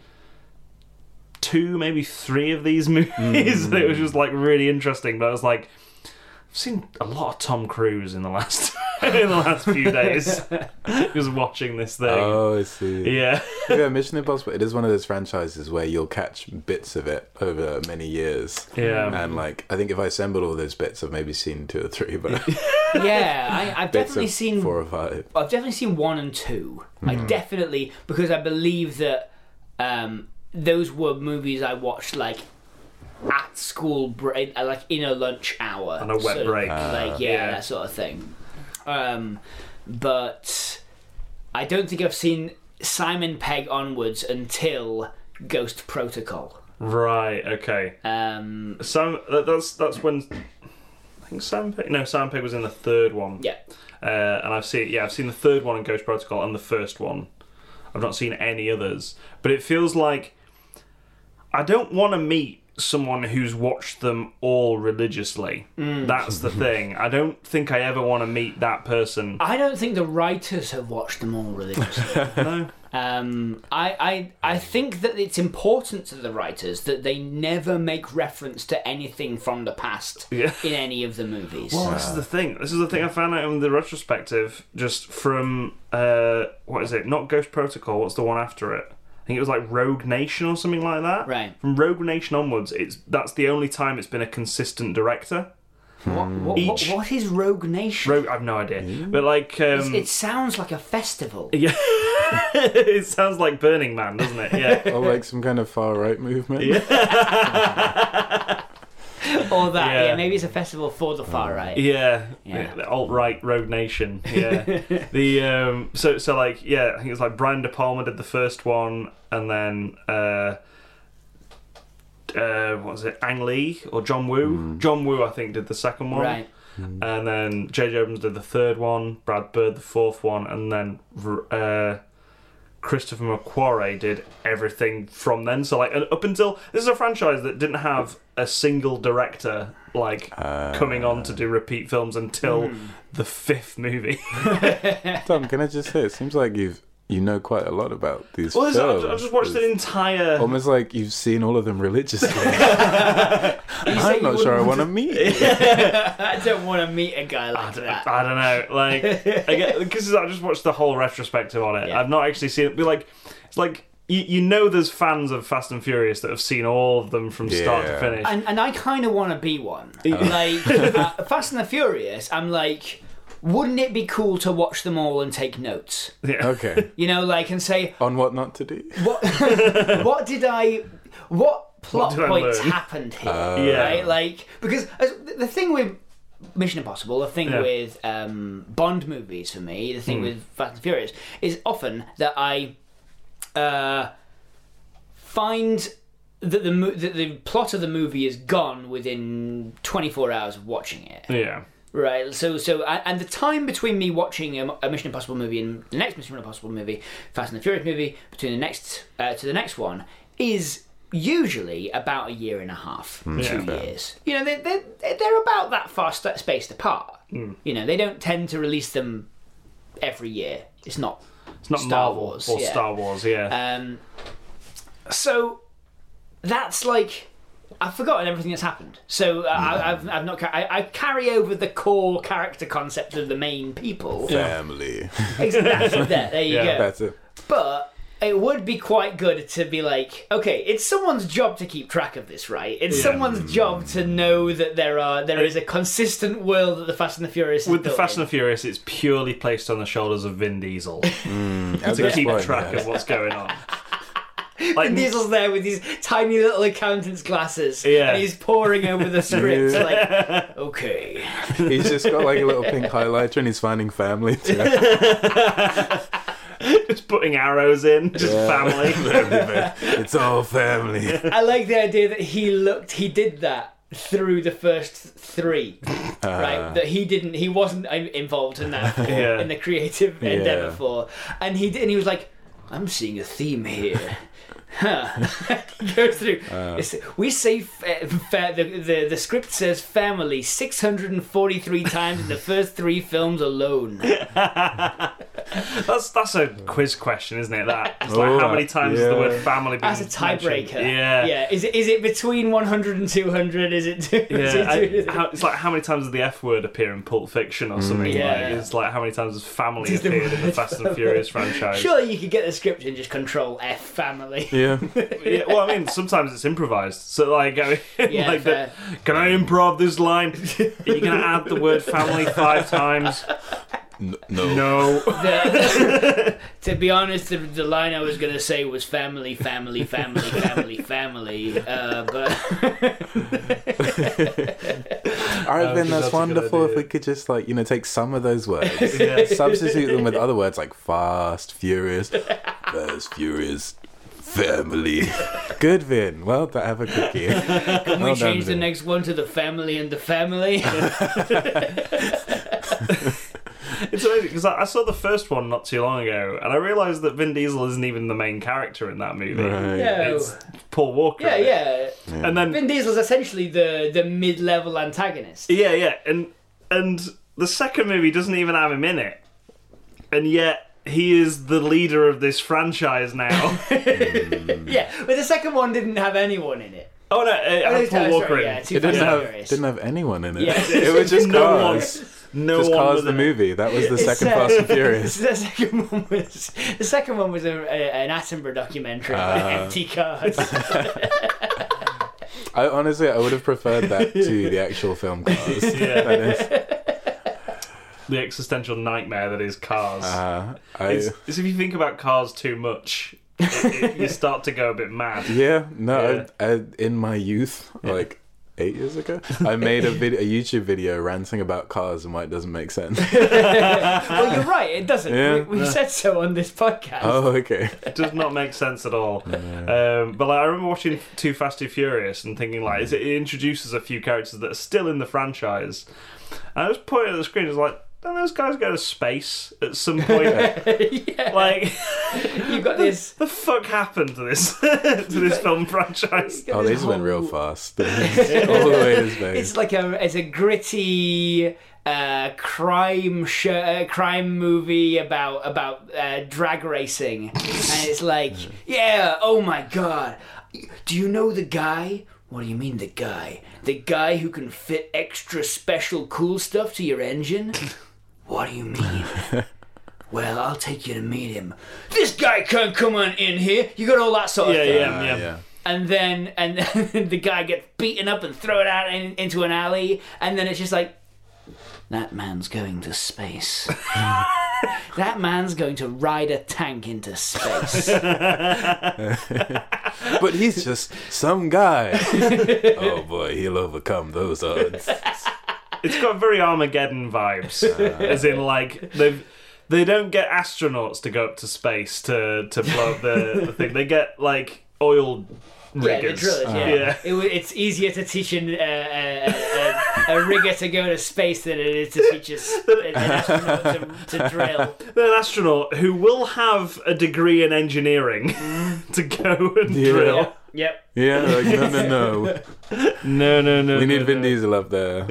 Speaker 1: two maybe three of these movies and it was just like really interesting but I was like I've seen a lot of Tom Cruise in the last in the last few days just watching this thing.
Speaker 2: Oh, I see.
Speaker 1: Yeah.
Speaker 2: yeah, Mission Impossible. It is one of those franchises where you'll catch bits of it over many years.
Speaker 1: Yeah.
Speaker 2: And like, I think if I assembled all those bits, I've maybe seen two or three, but
Speaker 3: yeah, I, I've
Speaker 2: bits
Speaker 3: definitely
Speaker 2: of
Speaker 3: seen.
Speaker 2: four or five.
Speaker 3: I've definitely seen one and two. I
Speaker 1: Hmm.
Speaker 3: definitely because I believe that um, those were movies I watched like at school break, uh, like in a lunch hour,
Speaker 1: On a wet
Speaker 3: So,
Speaker 1: break.
Speaker 3: like yeah,
Speaker 1: yeah.
Speaker 3: that sort of thing. Um, but I don't think I've seen Simon Pegg onwards until Ghost Protocol.
Speaker 1: Right, okay.
Speaker 3: Um,
Speaker 1: Sam that, that's that's when I think Sam Peg no Sam Peg was in the third one.
Speaker 3: yeah,
Speaker 1: Uh, and I've seen yeah, I've seen the third one in Ghost Protocol and the first one. I've not seen any others, but it feels like I don't want to meet someone who's watched them all religiously. That's the thing. I don't think I ever want to meet that person.
Speaker 3: I don't think the writers have watched them all religiously.
Speaker 1: no.
Speaker 3: Um, I, I I think that it's important to the writers that they never make reference to anything from the past
Speaker 1: Yeah.
Speaker 3: in any of the movies.
Speaker 1: Well, Oh, this is the thing. This is the thing I found out in the retrospective, just from uh, what is it? Not Ghost Protocol. What's the one after it? I think it was like Rogue Nation or something like that.
Speaker 3: Right.
Speaker 1: From Rogue Nation onwards, it's that's the only time it's been a consistent director.
Speaker 3: what, what, what,
Speaker 1: Each-
Speaker 3: what is Rogue Nation?
Speaker 1: Rogue, I've no idea, but like, um,
Speaker 3: it sounds like a festival.
Speaker 1: yeah, it sounds like Burning Man, doesn't it? Yeah.
Speaker 2: Or like some kind of far right movement.
Speaker 3: or that, yeah.
Speaker 1: Yeah. Mm.
Speaker 3: Maybe it's a festival for the far right.
Speaker 1: Yeah,
Speaker 3: Yeah.
Speaker 1: the alt right Rogue Nation. Yeah, the um, so so like yeah, I think it was like Brian De Palma did the first one, and then uh, uh, what was it, Ang Lee or John Woo? John Woo, I think, did the second one,
Speaker 3: Mm. Right.
Speaker 1: and then J.J. Abrams did the third one, Brad Bird the fourth one, and then uh, Christopher McQuarrie did everything from then. So like up until this is a franchise that didn't have a single director like coming on to do repeat films until the fifth movie.
Speaker 2: Tom, can I just say, it seems like you've you know quite a lot about these
Speaker 1: well, this-
Speaker 2: films.
Speaker 1: I've, I've just watched an
Speaker 2: It's
Speaker 1: entire.
Speaker 2: Almost like you've seen all of them religiously. I'm
Speaker 3: you
Speaker 2: not sure I
Speaker 3: wouldn't-
Speaker 2: want to meet. you.
Speaker 3: I don't want to meet a
Speaker 1: I
Speaker 3: guy like
Speaker 1: don't,
Speaker 3: that.
Speaker 1: I don't know, like, because I just watched the whole retrospective on it.
Speaker 3: Yeah.
Speaker 1: I've not actually seen it. But like, it's like you, you know, there's fans of Fast and Furious that have seen all of them from start to
Speaker 2: Yeah.
Speaker 1: finish.
Speaker 3: and, and I kind of want to be one. Like uh, Fast and the Furious, I'm like, wouldn't it be cool to watch them all and take notes?
Speaker 1: yeah.
Speaker 2: Okay.
Speaker 3: You know, like and say,
Speaker 2: On what not to do?
Speaker 3: what what did I what plot
Speaker 1: did I
Speaker 3: points
Speaker 1: learn?
Speaker 3: happened here?
Speaker 1: Yeah.
Speaker 3: Right, like because as, the thing with Mission Impossible, the thing
Speaker 1: Yeah. Hmm.
Speaker 3: with um, Bond movies for me, the thing with Fast and Furious is often that I uh, find that the mo- that the plot of the movie is gone within 24 hours of watching it.
Speaker 1: Yeah.
Speaker 3: Right. So so a- and the time between me watching um, a, a Mission Impossible movie and the next Mission Impossible movie, Fast and the Furious movie, between the next uh, to the next one is usually about a year and a half, two
Speaker 1: Yeah.
Speaker 3: years. You know, they, they, they're about that far st- spaced apart. You know, they don't tend to release them every year. It's not.
Speaker 1: It's not
Speaker 3: Star
Speaker 1: Marvel
Speaker 3: Wars,
Speaker 1: or
Speaker 3: yeah.
Speaker 1: Star Wars. Yeah,
Speaker 3: Um, so that's like. I've forgotten everything that's happened, so uh, I,
Speaker 1: Hmm.
Speaker 3: I've, I've not. ca- I, I carry over the core character concept of the main people.
Speaker 2: Family.
Speaker 3: Exactly. there, there you
Speaker 1: Yeah.
Speaker 3: go.
Speaker 2: That's it.
Speaker 3: But it would be quite good to be like, okay, it's someone's job to keep track of this, right? It's someone's job to know that there are there is a consistent world that the Fast and the Furious is
Speaker 1: with the
Speaker 3: built
Speaker 1: Fast
Speaker 3: in.
Speaker 1: and the Furious, it's purely placed on the shoulders of Vin Diesel
Speaker 2: At
Speaker 1: to
Speaker 2: this
Speaker 1: keep
Speaker 2: point,
Speaker 1: track
Speaker 2: yeah.
Speaker 1: of what's going on. Like
Speaker 3: And Diesel's there with these tiny little accountant's glasses,
Speaker 1: Yeah.
Speaker 3: and he's poring over the script like, okay,
Speaker 2: He's just got like a little pink highlighter and he's finding family too.
Speaker 1: just putting arrows in, just
Speaker 2: Yeah.
Speaker 1: family.
Speaker 2: it's all family.
Speaker 3: I like the idea that he looked, he did that through the first three,
Speaker 1: Uh.
Speaker 3: right? That he didn't, he wasn't um, involved in that for,
Speaker 1: Yeah.
Speaker 3: in the creative
Speaker 2: Yeah.
Speaker 3: endeavor for, and he did, and he was like, "I'm seeing a theme here." Huh. Goes through.
Speaker 1: Uh.
Speaker 3: It's- we say fa- fa- the, the the script says family 643 times in the first three films alone.
Speaker 1: That's that's a quiz question, isn't it? That it's like
Speaker 2: Oh,
Speaker 1: how many times has the word
Speaker 2: yeah.
Speaker 1: family been
Speaker 3: That's a
Speaker 1: mentioned?
Speaker 3: tiebreaker.
Speaker 1: Yeah,
Speaker 3: Yeah. Is it is it between 100 and 200? Is it? Two, is it
Speaker 1: Yeah, I-
Speaker 3: two-
Speaker 1: how, it's like how many times does the F word appear in Pulp Fiction or something?
Speaker 3: Mm, Yeah.
Speaker 1: Like, it's like how many times has family
Speaker 3: Does the
Speaker 1: appeared in the
Speaker 3: word
Speaker 1: Fast and Furious franchise?
Speaker 3: Sure, you could get the script and just control F family.
Speaker 2: Yeah.
Speaker 1: Yeah, well, I mean, sometimes it's improvised. So, like, I mean,
Speaker 3: Yeah,
Speaker 1: like
Speaker 3: fair.
Speaker 1: the, can I improv this line? Are you going to add the word family five times?
Speaker 2: N- no.
Speaker 1: No.
Speaker 3: The- to be honest, the, the line I was going to say was family, family, family, family, family. Uh, but
Speaker 2: I reckon
Speaker 1: think
Speaker 2: that's,
Speaker 1: that's a good
Speaker 2: wonderful if
Speaker 1: idea.
Speaker 2: we could just like you know take some of those words,
Speaker 1: Yeah.
Speaker 2: substitute them with other words like fast, furious, fast, furious, family. Good, Vin. Well, done, have a cookie.
Speaker 3: can we
Speaker 2: Well done,
Speaker 3: change the
Speaker 2: Vin.
Speaker 3: next one to the family and the family?
Speaker 1: It's amazing because I, I saw the first one not too long ago and I realised that Vin Diesel isn't even the main character in that movie.
Speaker 2: Right.
Speaker 3: No.
Speaker 1: It's Paul Walker.
Speaker 3: yeah, yeah.
Speaker 1: And then,
Speaker 3: Vin Diesel's essentially the, the mid level antagonist.
Speaker 1: yeah, yeah. And, and the second movie doesn't even have him in it. And yet, he is the leader of this franchise now.
Speaker 3: Yeah, but the second one didn't have anyone in it.
Speaker 1: oh, no, it
Speaker 3: Oh,
Speaker 1: had Paul
Speaker 3: sorry,
Speaker 1: Walker in
Speaker 3: yeah, too
Speaker 2: It didn't
Speaker 3: Fast and
Speaker 2: have
Speaker 3: Furious.
Speaker 2: didn't have anyone in it.
Speaker 3: Yeah.
Speaker 2: It was just
Speaker 1: No one.
Speaker 2: cars.
Speaker 1: No
Speaker 2: Just
Speaker 1: one
Speaker 2: cars.
Speaker 1: was
Speaker 2: The
Speaker 1: in it.
Speaker 2: movie that was the
Speaker 3: It's,
Speaker 2: second
Speaker 3: uh,
Speaker 2: Fast and Furious.
Speaker 3: The second one was the second one was a, a, an Attenborough documentary about
Speaker 2: Ah.
Speaker 3: empty cars.
Speaker 2: I honestly, I would have preferred that to the actual film cars.
Speaker 1: Yeah.
Speaker 2: That is,
Speaker 1: the existential nightmare that is Cars.
Speaker 2: uh, I,
Speaker 1: It's, it's if you think about Cars too much, it, it, you start to go a bit mad.
Speaker 2: Yeah, no,
Speaker 1: Yeah.
Speaker 2: I, I, in my youth, like eight years ago, I made a video, a YouTube video ranting about cars and why it doesn't make sense.
Speaker 3: well, you're right. It doesn't.
Speaker 2: Yeah.
Speaker 3: we, we've said so on this podcast.
Speaker 2: oh, okay.
Speaker 1: It does not make sense at all. Um, but like, I remember watching Too Fast Too Furious and thinking like, is it, it introduces a few characters that are still in the franchise. And I was pointing at the screen, I was like, don't those guys go to space at some point? Like,
Speaker 3: You've got this.
Speaker 1: the fuck happened to this to this film franchise?
Speaker 2: Oh, they just went real fast. All the way to space.
Speaker 3: It's like a it's a gritty uh, crime sh- uh, crime movie about about uh, drag racing, and it's like yeah, oh my god, do you know the guy? What do you mean the guy? The guy who can fit extra special cool stuff to your engine? What do you mean? Well, I'll take you to meet him. This guy can't come on in here. You got all that sort of
Speaker 1: Yeah,
Speaker 3: thing
Speaker 1: yeah,
Speaker 2: Uh,
Speaker 1: yeah.
Speaker 3: and then and then the guy gets beaten up and thrown out in, into an alley, and then it's just like that man's going to space. that man's going to ride a tank into space.
Speaker 2: But he's just some guy. oh boy, he'll overcome those odds.
Speaker 1: It's got very Armageddon vibes, as in like they've. They don't get astronauts to go up to space to, to blow up the, the thing. They get like oil
Speaker 3: yeah, the
Speaker 1: riggers.
Speaker 3: drillers. Yeah,
Speaker 1: yeah.
Speaker 3: It, wa- it's easier to teach an, uh, a, a, a, a rigger to go to space than it is to teach a, s- an astronaut to, to drill.
Speaker 1: They're an astronaut who will have a degree in engineering to go and
Speaker 2: Yeah.
Speaker 1: drill.
Speaker 3: Oh. Yep.
Speaker 2: Yeah, like, no, no, no.
Speaker 1: No, no, no.
Speaker 2: We
Speaker 1: no,
Speaker 2: need Vin
Speaker 1: no.
Speaker 2: Diesel up there.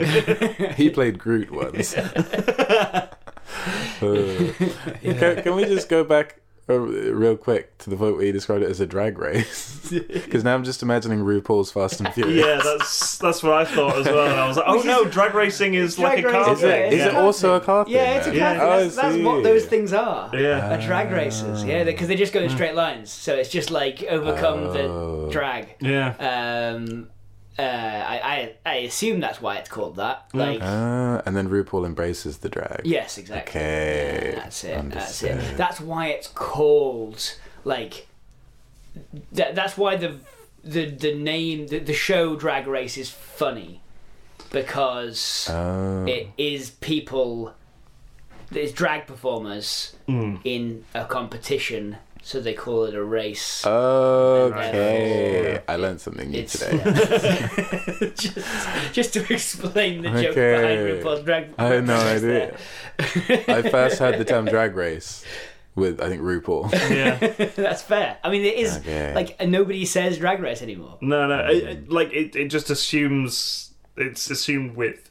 Speaker 2: he played Groot once. Uh, can, can we just go back uh, real quick to the vote where you described it as a drag race? Because now I'm just imagining RuPaul's Fast and Furious.
Speaker 1: Yeah, that's that's what I thought as well. And I was like, oh
Speaker 3: Which is-
Speaker 1: no, drag racing is
Speaker 3: drag
Speaker 1: like a car.
Speaker 3: racing,
Speaker 2: Is it? Is
Speaker 1: yeah.
Speaker 2: it also a car thing?
Speaker 3: Yeah, it's a
Speaker 2: then?
Speaker 3: car.
Speaker 1: Yeah.
Speaker 2: Oh, I
Speaker 3: That's, that's what those
Speaker 2: see.
Speaker 3: things are.
Speaker 1: Yeah.
Speaker 2: Uh.
Speaker 3: Are drag races. Yeah, because they just go in straight lines. So it's just like overcome
Speaker 2: Hmm. Oh.
Speaker 3: the drag.
Speaker 1: Yeah.
Speaker 3: Um, uh, I, I I assume that's why it's called that. Like,
Speaker 2: Ah, and then RuPaul embraces the drag.
Speaker 3: yes, exactly.
Speaker 2: Okay.
Speaker 3: That's it. That's it.
Speaker 2: Understood.
Speaker 3: That's why it's called like. That, that's why the the the name the, the show Drag Race is funny, because
Speaker 2: Oh.
Speaker 3: it is people. It's drag performers in a competition, so they call it a race.
Speaker 2: Ah, Oh, Okay. I learned something new
Speaker 3: It's
Speaker 2: today.
Speaker 3: just, just to explain the joke
Speaker 2: Okay.
Speaker 3: behind RuPaul's Drag
Speaker 2: I had no
Speaker 3: Race
Speaker 2: idea. I first heard the term drag race with I think RuPaul.
Speaker 1: Yeah.
Speaker 3: there. That's fair. I mean, it is
Speaker 2: Okay.
Speaker 3: like nobody says Drag Race anymore.
Speaker 1: No, no. It, it- like it, it just assumes it's assumed with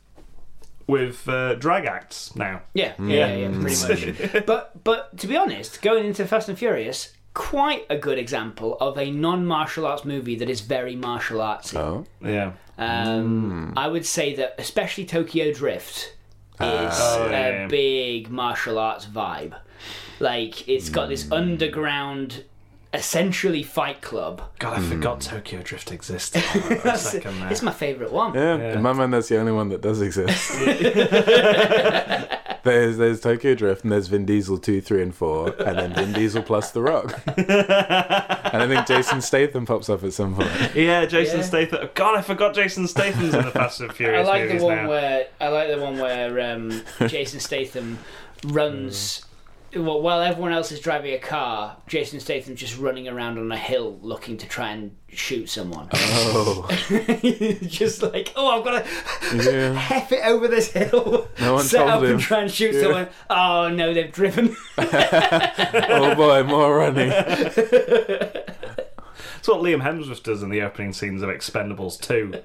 Speaker 1: with uh, drag acts now.
Speaker 3: Yeah, yeah, yeah,
Speaker 2: Hmm.
Speaker 3: pretty much. but but to be honest, going into Fast and Furious, quite a good example of a non-martial arts movie that is very martial artsy.
Speaker 2: Oh,
Speaker 1: Yeah.
Speaker 3: Um, I would say that especially Tokyo Drift is
Speaker 1: Oh,
Speaker 3: a
Speaker 1: yeah, yeah.
Speaker 3: big martial arts vibe. Like it's got this underground, essentially fight club.
Speaker 1: God, I forgot
Speaker 2: Hmm.
Speaker 1: Tokyo Drift existed. For a second there.
Speaker 3: It's my favorite one.
Speaker 2: yeah.
Speaker 1: Yeah.
Speaker 2: In my mind, that's the only one that does exist. there's there's Tokyo Drift and there's Vin Diesel two, three, and four, and then Vin Diesel plus The Rock. and I think Jason Statham pops up at some point.
Speaker 1: Yeah, Jason
Speaker 3: Yeah.
Speaker 1: Statham. God, I forgot Jason Statham's in the Fast and
Speaker 3: I
Speaker 1: Furious
Speaker 3: like the
Speaker 1: movies
Speaker 3: one
Speaker 1: now.
Speaker 3: where I like the one where um, Jason Statham runs. Well, while everyone else is driving a car, Jason Statham just running around on a hill looking to try and shoot someone.
Speaker 2: Oh,
Speaker 3: just like, oh, I've got to
Speaker 2: Yeah.
Speaker 3: heff it over this hill.
Speaker 2: No one
Speaker 3: set
Speaker 2: told
Speaker 3: up
Speaker 2: him.
Speaker 3: and try and shoot
Speaker 2: Yeah.
Speaker 3: someone. Oh no, they've driven.
Speaker 2: oh boy, more running.
Speaker 1: That's what Liam Hemsworth does in the opening scenes of Expendables 2.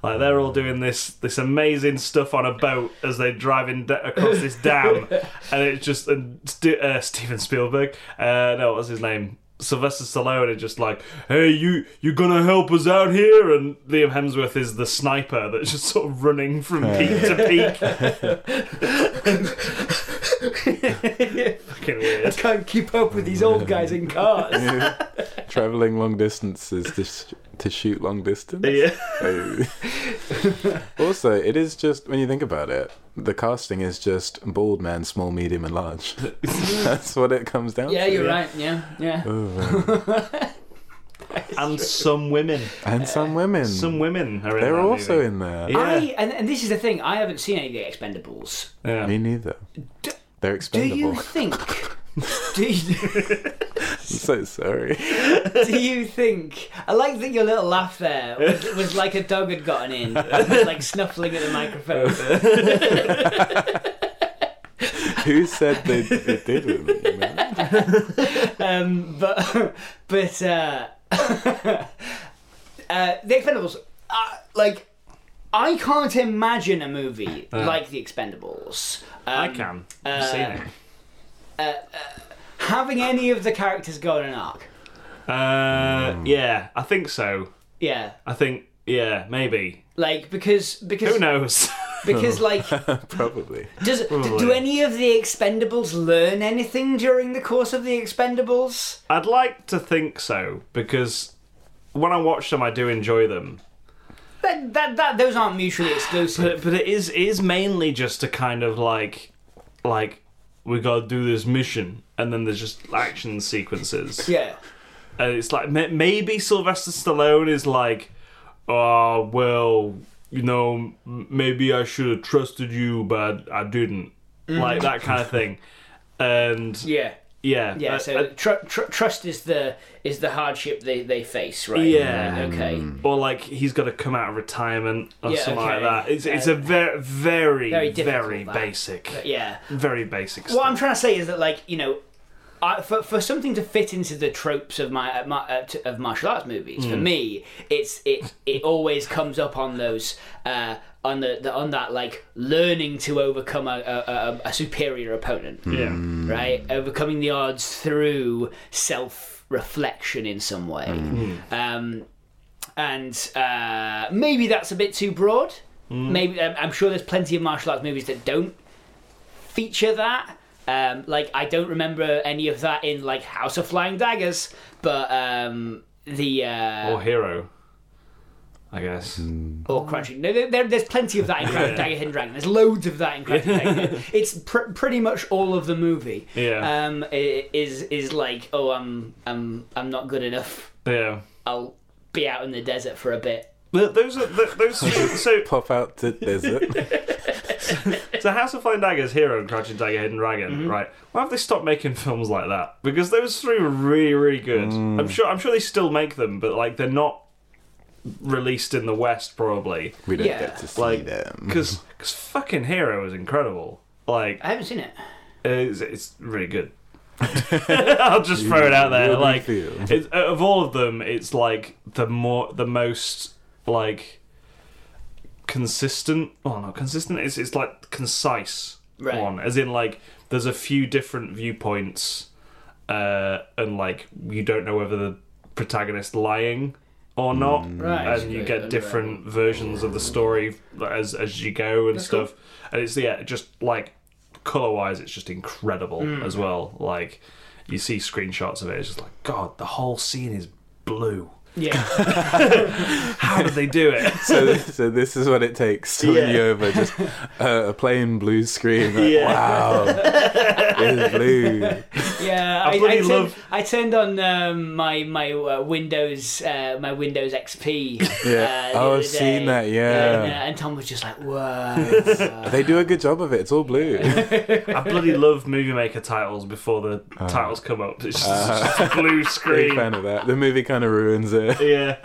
Speaker 1: Like they're all doing this this amazing stuff on a boat as they're driving da- across this dam, and it's just and St- uh, Steven Spielberg. Uh, no, what's his name? Sylvester Stallone is just like, "Hey, you you gonna help us out here?" And Liam Hemsworth is the sniper that's just sort of running from peak to peak. Fucking
Speaker 3: I
Speaker 1: weird.
Speaker 3: can't keep up with these old guys in cars.
Speaker 2: Traveling long distances to, sh- to shoot long distance.
Speaker 1: Yeah.
Speaker 2: also, it is just when you think about it, the casting is just bald man, small, medium, and large. That's what it comes down
Speaker 3: yeah,
Speaker 2: to.
Speaker 3: you're right. Yeah, yeah.
Speaker 1: and some women.
Speaker 2: And some women.
Speaker 1: Some women are in
Speaker 2: They're
Speaker 1: that
Speaker 2: also
Speaker 1: movie.
Speaker 2: in there.
Speaker 1: Yeah.
Speaker 3: I and, and this is the thing. I haven't seen any of the Expendables.
Speaker 1: Yeah.
Speaker 2: Me neither.
Speaker 3: D-
Speaker 2: They're
Speaker 3: Do
Speaker 2: expendable.
Speaker 3: you think? Do you,
Speaker 2: I'm so sorry.
Speaker 3: do you think? I like that your little laugh there was, was like a dog had gotten in, and was like snuffling at the microphone.
Speaker 2: Who said they, they didn't? you know?
Speaker 3: um, but but uh, uh, the Expendables, uh, like I can't imagine a movie like the Expendables. Um,
Speaker 1: Uh. I can. I've
Speaker 3: uh,
Speaker 1: seen it.
Speaker 3: having any of the characters go on an arc.
Speaker 1: Uh, Yeah, I think so.
Speaker 3: Yeah,
Speaker 1: I think, yeah, maybe.
Speaker 3: like because because
Speaker 1: Who knows?
Speaker 3: because like
Speaker 2: Probably.
Speaker 3: does do, do any of the Expendables learn anything during the course of the Expendables?
Speaker 1: I'd like to think so, because when I watch them, I do enjoy them.
Speaker 3: That, that, that those aren't mutually exclusive.
Speaker 1: But, but it is it is mainly just a kind of like, like, we gotta do this mission. And then there's just action sequences.
Speaker 3: Yeah.
Speaker 1: and it's like ma- maybe Sylvester Stallone is like, oh well, you know, m- maybe I should have trusted you, but I didn't, like that kind of thing, and
Speaker 3: Yeah.
Speaker 1: yeah,
Speaker 3: Yeah,
Speaker 1: uh,
Speaker 3: so
Speaker 1: uh,
Speaker 3: tr- tr- trust is the is the hardship they, they face, right?
Speaker 1: Yeah.
Speaker 3: Like, okay.
Speaker 1: or like he's got to come out of retirement or
Speaker 3: Yeah,
Speaker 1: something
Speaker 3: okay.
Speaker 1: like that. It's it's
Speaker 3: Uh,
Speaker 1: a ver- very
Speaker 3: very
Speaker 1: very
Speaker 3: difficult,
Speaker 1: very
Speaker 3: that.
Speaker 1: basic,
Speaker 3: Yeah.
Speaker 1: very basic.
Speaker 3: What I'm
Speaker 1: stuff.
Speaker 3: trying to say is that, like, you know, I, for for something to fit into the tropes of my, uh, my uh, t- of martial arts movies, for me, it's it it always comes up on those. Uh, on the, the on that like learning to overcome a, a, a, a superior opponent
Speaker 1: Yeah.
Speaker 3: right? Overcoming the odds through self reflection in some way. Um, and uh, maybe that's a bit too broad. Maybe um, I'm I'm sure there's plenty of martial arts movies that don't feature that. Um, like I don't remember any of that in like House of Flying Daggers, but um, the uh,
Speaker 1: Or hero, I guess.
Speaker 3: or crunching. No, there, there- there's plenty of that in Crouching Tiger, Hidden Dragon. There's loads of that in Crouching Tiger. It's pr- pretty much all of the movie.
Speaker 1: Yeah.
Speaker 3: Um, i- is is like, oh, I'm I'm I'm not good enough.
Speaker 1: Yeah.
Speaker 3: I'll be out in the desert for a bit.
Speaker 1: Th- Those are th- those. so
Speaker 2: Pop out the desert.
Speaker 1: So House of Flying Daggers, Hero, and Crouching Tiger, Hidden Dragon,
Speaker 3: Mm-hmm.
Speaker 1: right? Why have they stopped making films like that? Because those three were really, really good. I'm sure. I'm sure they still make them, but like they're not released in the West probably.
Speaker 2: We don't
Speaker 3: Yeah,
Speaker 2: get to see
Speaker 1: like,
Speaker 2: them.
Speaker 1: Because because fucking Hero is incredible. Like
Speaker 3: I haven't seen it.
Speaker 1: it's, it's really good. I'll just throw it out there.
Speaker 2: really
Speaker 1: Like
Speaker 2: feel.
Speaker 1: it's, uh, of all of them, it's like the more the most like consistent. Well, not consistent. It's it's like concise
Speaker 3: Right.
Speaker 1: one, as in like there's a few different viewpoints, uh, and like you don't know whether the protagonist lying or not,
Speaker 2: Mm.
Speaker 3: Right.
Speaker 1: and you
Speaker 3: Right,
Speaker 1: get
Speaker 3: right.
Speaker 1: different versions of the story as as you go and stuff. And it's yeah, just like color wise, it's just incredible as well. Like you see screenshots of it, it's just like God, the whole scene is blue.
Speaker 3: Yeah,
Speaker 1: How did they do it?
Speaker 2: So, this, so this is what it takes to win
Speaker 1: Yeah.
Speaker 2: you over. Just uh, a plain blue screen. Like,
Speaker 1: Yeah.
Speaker 2: Wow, it's blue.
Speaker 3: yeah. I,
Speaker 1: bloody
Speaker 3: turned,
Speaker 1: love-
Speaker 3: I turned on um, my my uh, Windows uh, my Windows XP.
Speaker 2: Yeah.
Speaker 3: Uh, the
Speaker 2: Oh,
Speaker 3: other
Speaker 2: I've seen
Speaker 3: day.
Speaker 2: that, yeah.
Speaker 3: And, uh, and Tom was just like, whoa.
Speaker 2: They do a good job of it. It's all blue.
Speaker 1: I bloody love movie maker titles before the titles come up. It's just, just a blue
Speaker 2: Uh. Big
Speaker 1: screen.
Speaker 2: fan of that. The movie kind of ruins it.
Speaker 1: Yeah.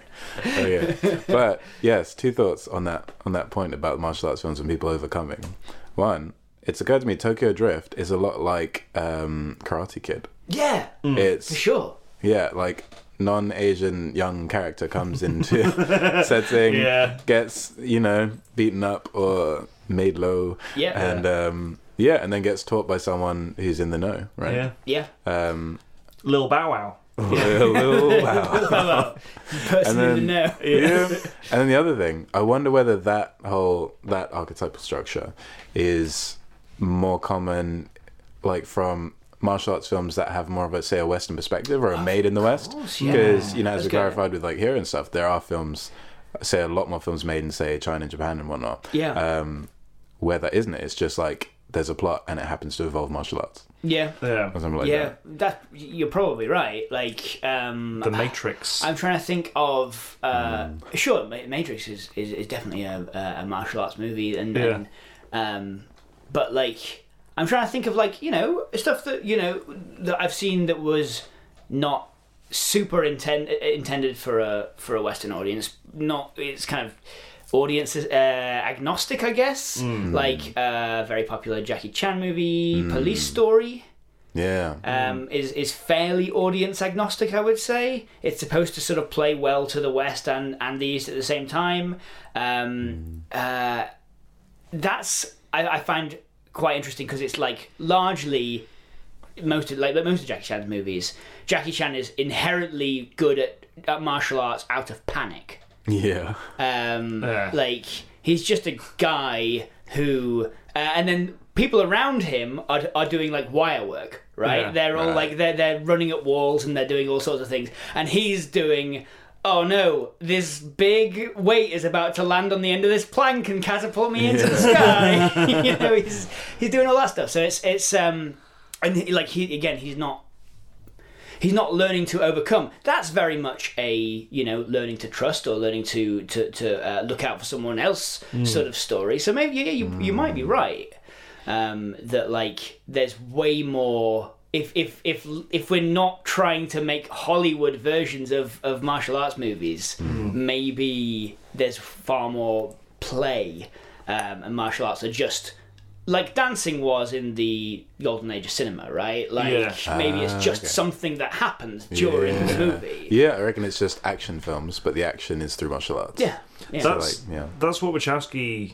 Speaker 2: Oh, yeah. But yes, two thoughts on that on that point about martial arts films and people overcoming. One, it's occurred to me Tokyo Drift is a lot like um, Karate Kid.
Speaker 3: yeah,
Speaker 1: Hmm.
Speaker 3: for
Speaker 2: It's
Speaker 3: sure.
Speaker 2: yeah, like non-Asian young character comes into setting,
Speaker 1: Yeah.
Speaker 2: gets you know beaten up or made low,
Speaker 3: Yeah.
Speaker 2: and um, yeah, and then gets taught by someone who's in the know,
Speaker 1: Yeah.
Speaker 2: right?
Speaker 3: Yeah.
Speaker 2: Um,
Speaker 1: Lil Bow Wow.
Speaker 2: Lil Bow. And
Speaker 3: Person
Speaker 2: uh,
Speaker 3: in the know.
Speaker 2: Yeah. and then the other thing, I wonder whether that whole that archetypal structure is more common, like from martial arts films that have more of a say a Western perspective or are made in the West.
Speaker 3: course,
Speaker 2: Because
Speaker 3: yeah.
Speaker 2: you know, as
Speaker 3: That's
Speaker 2: we
Speaker 3: good.
Speaker 2: clarified with like here and stuff, there are films, say a lot more films made in say China and Japan and whatnot.
Speaker 3: Yeah.
Speaker 2: Um, where that isn't it, it's just like there's a plot and it happens to involve martial arts
Speaker 3: Yeah.
Speaker 1: Yeah.
Speaker 2: or something like
Speaker 3: yeah,
Speaker 2: that.
Speaker 3: that you're probably right. Like, um,
Speaker 1: The Matrix.
Speaker 3: I'm trying to think of uh, sure, Ma- Matrix is, is, is definitely a, a martial arts movie, and,
Speaker 1: Yeah.
Speaker 3: and um, but like I'm trying to think of like you know stuff that you know that I've seen that was not super intend- intended for a for a Western audience. Not it's kind of audience uh, agnostic, I guess. Like uh, very popular Jackie Chan movie, Police Story
Speaker 2: Yeah.
Speaker 3: um, is is fairly audience agnostic. I would say it's supposed to sort of play well to the West and and the East at the same time. Um, uh, that's I, I find quite interesting because it's like largely most of like most of Jackie Chan's movies. Jackie Chan is inherently good at, at martial arts out of panic.
Speaker 2: yeah.
Speaker 3: Um,
Speaker 1: Yeah.
Speaker 3: Like he's just a guy who, uh, and then people around him are, are doing like wire work, right?
Speaker 1: Yeah.
Speaker 3: they're all
Speaker 2: Right.
Speaker 3: like they're they're running at walls and they're doing all sorts of things, and he's doing. Oh no! This big weight is about to land on the end of this plank and catapult me into the sky. you know, he's he's doing all that stuff. So it's it's um, and he, like he again, he's not he's not learning to overcome. That's very much a you know learning to trust or learning to to, to uh, look out for someone else sort of story. So maybe yeah, you you might be right um, that like there's way more. If, if if if we're not trying to make Hollywood versions of, of martial arts movies, maybe there's far more play, um, and martial arts are just like dancing was in the golden age of cinema, right? Like
Speaker 1: Yeah.
Speaker 3: maybe it's just
Speaker 2: Ah, okay.
Speaker 3: something that happened during
Speaker 2: Yeah.
Speaker 3: the movie.
Speaker 2: Yeah, I reckon it's just action films, but the action is through martial arts.
Speaker 3: Yeah. Yeah.
Speaker 2: So,
Speaker 1: That's-
Speaker 2: like, yeah.
Speaker 1: That's what Wachowski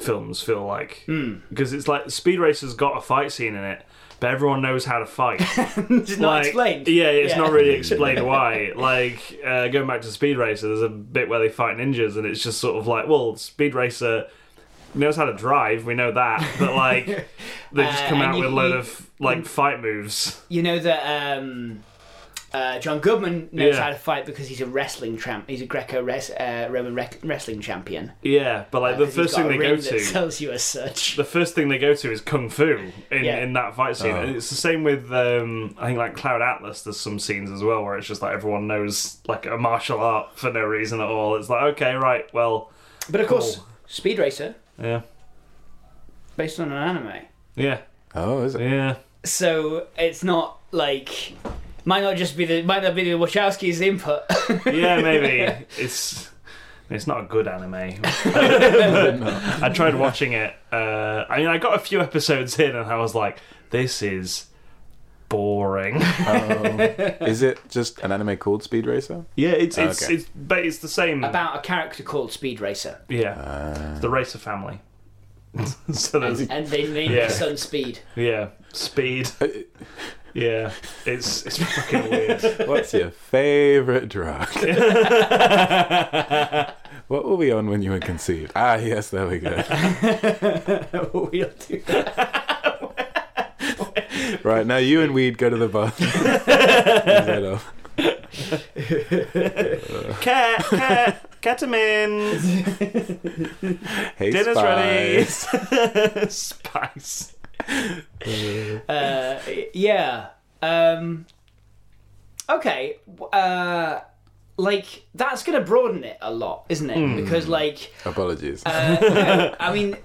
Speaker 1: films feel like
Speaker 3: Hmm.
Speaker 1: because it's like Speed Racer's got a fight scene in it, but everyone knows how to fight.
Speaker 3: it's not
Speaker 1: Like,
Speaker 3: explained.
Speaker 1: Yeah, it's
Speaker 3: Yeah.
Speaker 1: not really explained why. Like uh, going back to Speed Racer, there's a bit where they fight ninjas, and it's just sort of like, well, Speed Racer knows how to drive. We know that, but like they just
Speaker 3: Uh,
Speaker 1: come
Speaker 3: and
Speaker 1: out
Speaker 3: you-
Speaker 1: with a load
Speaker 3: you-
Speaker 1: of like fight moves.
Speaker 3: You know that um, uh, John Goodman knows
Speaker 1: Yeah.
Speaker 3: how to fight because he's a wrestling champ. He's a Greco-Roman rec wrestling champion.
Speaker 1: Yeah, but like the
Speaker 3: 'Cause Uh, he's
Speaker 1: first
Speaker 3: got
Speaker 1: thing
Speaker 3: a
Speaker 1: they
Speaker 3: ring
Speaker 1: go
Speaker 3: that
Speaker 1: to.
Speaker 3: sells you as such.
Speaker 1: the first thing they go to is kung fu in,
Speaker 3: Yeah.
Speaker 1: in that fight scene.
Speaker 2: Oh.
Speaker 1: And it's the same with um, I think like Cloud Atlas. There's some scenes as well where it's just like everyone knows like a martial art for no reason at all. It's like okay, right, well,
Speaker 3: But of course, Speed Racer
Speaker 1: yeah,
Speaker 3: based on an anime.
Speaker 1: yeah,
Speaker 2: Oh, is it?
Speaker 1: yeah.
Speaker 3: so it's not like might not just be the might not be the Wachowski's input.
Speaker 1: Hmm. Yeah, maybe it's it's not a good anime. I tried watching it. Uh, I mean, I got a few episodes in, and I was like, "This is boring."
Speaker 2: Oh. Is it just an anime called Speed Racer?
Speaker 1: yeah, it's it's
Speaker 2: Okay.
Speaker 1: it's but it's the same.
Speaker 3: About a character called Speed Racer,
Speaker 1: yeah,
Speaker 2: Uh,
Speaker 1: the Racer family. so there's
Speaker 3: and, and they named
Speaker 1: Yeah.
Speaker 3: their son Speed.
Speaker 1: yeah, speed. Yeah, it's it's fucking weird.
Speaker 2: what's your favorite drug? what were we on when you were conceived? Ah, yes, there we go.
Speaker 3: we'll do
Speaker 2: Right now, you and weed go to the bar. Is that all?
Speaker 1: Cat, cat, ketamine.
Speaker 2: hey,
Speaker 1: Dinner's
Speaker 2: Spice.
Speaker 1: ready. Spice.
Speaker 3: Uh, yeah. Um, okay. w- Uh, like that's gonna broaden it a lot, isn't it? Because like
Speaker 2: Apologies.
Speaker 3: I mean,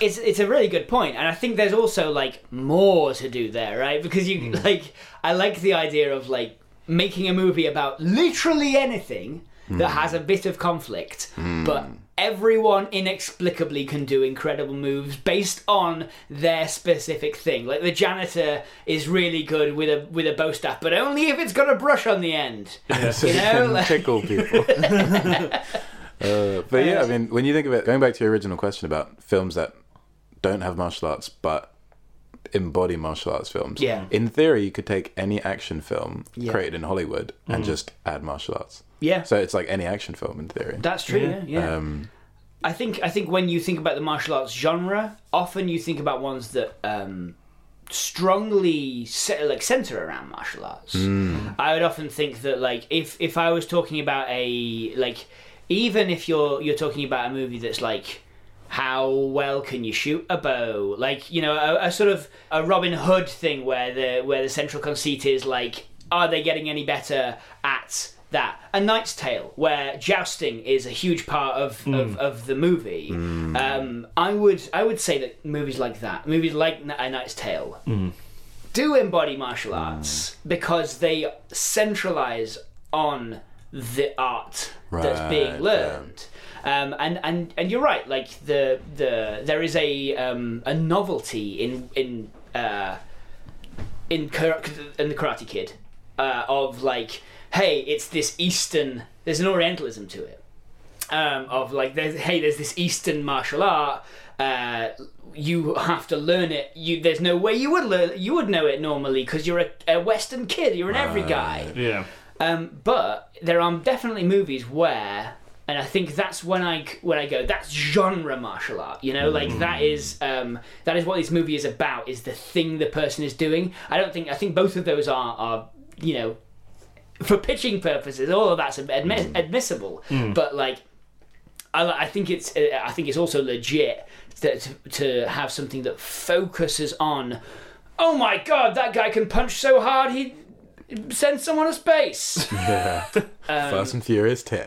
Speaker 3: it's it's a really good point, and I think there's also like more to do there, right? Because you like, I like the idea of like making a movie about literally anything that has a bit of conflict, but everyone inexplicably can do incredible moves based on their specific thing. Like the janitor is really good with a with a bow staff, but only if it's got a brush on the end.
Speaker 2: so you
Speaker 3: You know,
Speaker 2: can
Speaker 3: like-
Speaker 2: tickle people. Uh, but yeah, I mean, when you think of it, going back to your original question about films that don't have martial arts but embody martial arts films,
Speaker 3: Yeah.
Speaker 2: in theory, you could take any action film
Speaker 3: Yeah. Mm.
Speaker 2: created in Hollywood and just add martial arts.
Speaker 3: Yeah.
Speaker 2: So it's like any action film in theory.
Speaker 3: That's true. Yeah. yeah.
Speaker 2: Um,
Speaker 3: I think I think when you think about the martial arts genre, often you think about ones that um, strongly se- like center around martial arts. I would often think that like if if I was talking about a like even if you're you're talking about a movie that's like how well can you shoot a bow like you know a, a sort of a Robin Hood thing where the where the central conceit is like are they getting any better at that a knight's tale where jousting is a huge part of, of, of the movie um, i would i would say that movies like that movies like Kn- a knight's tale do embody martial arts because they centralize on the art that's
Speaker 2: Right,
Speaker 3: being learned. Um, and, and, and you're right. Like the the there is a um, a novelty in in uh, in Kar- in the Karate Kid uh, of like, hey, it's this Eastern. There's an Orientalism to it um, of like there's hey there's this eastern martial art uh, you have to learn it you there's no way you would learn you would know it normally because you're a, a western kid you're an every guy
Speaker 1: Yeah.
Speaker 3: um, but there are definitely movies where and I think that's when I when I go that's genre martial art you know like that is um, that is what this movie is about is the thing the person is doing I don't think I think both of those are are you know for pitching purposes all of that's admi- admissible but like I, I think it's uh, I think it's also legit to, to, to have something that focuses on. Oh my god, that guy can punch so hard he sends someone to space.
Speaker 2: yeah.
Speaker 3: Um,
Speaker 2: Fast and Furious 10.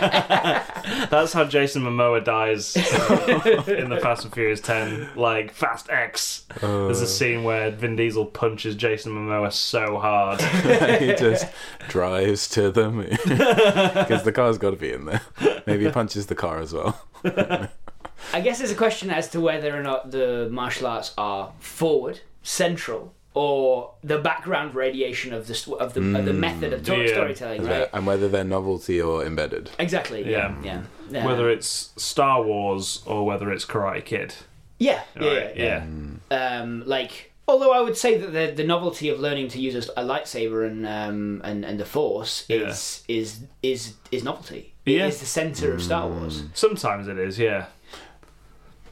Speaker 1: That's how Jason Momoa dies in the Fast and Furious 10. Like, Fast X. There's a scene where Vin Diesel punches Jason Momoa so hard.
Speaker 2: he just drives to the moon because the car's got to be in there. Maybe he punches the car as well.
Speaker 3: I guess there's a question as to whether or not the martial arts are forward, central, or the background radiation of the st- of the, of the method of to-
Speaker 1: Mm, yeah.
Speaker 3: storytelling,
Speaker 2: Yeah,
Speaker 3: right?
Speaker 2: and whether they're novelty or embedded.
Speaker 3: Exactly. Yeah.
Speaker 1: Yeah.
Speaker 3: Yeah.
Speaker 1: Whether it's Star Wars or whether it's Karate Kid.
Speaker 3: yeah, yeah,
Speaker 1: Right,
Speaker 3: yeah.
Speaker 1: yeah.
Speaker 3: Um, like, although I would say that the, the novelty of learning to use a, a lightsaber and um, and and the Force is is is is novelty. It is
Speaker 1: Yeah.
Speaker 3: the center of Star Wars.
Speaker 1: Sometimes it is, yeah.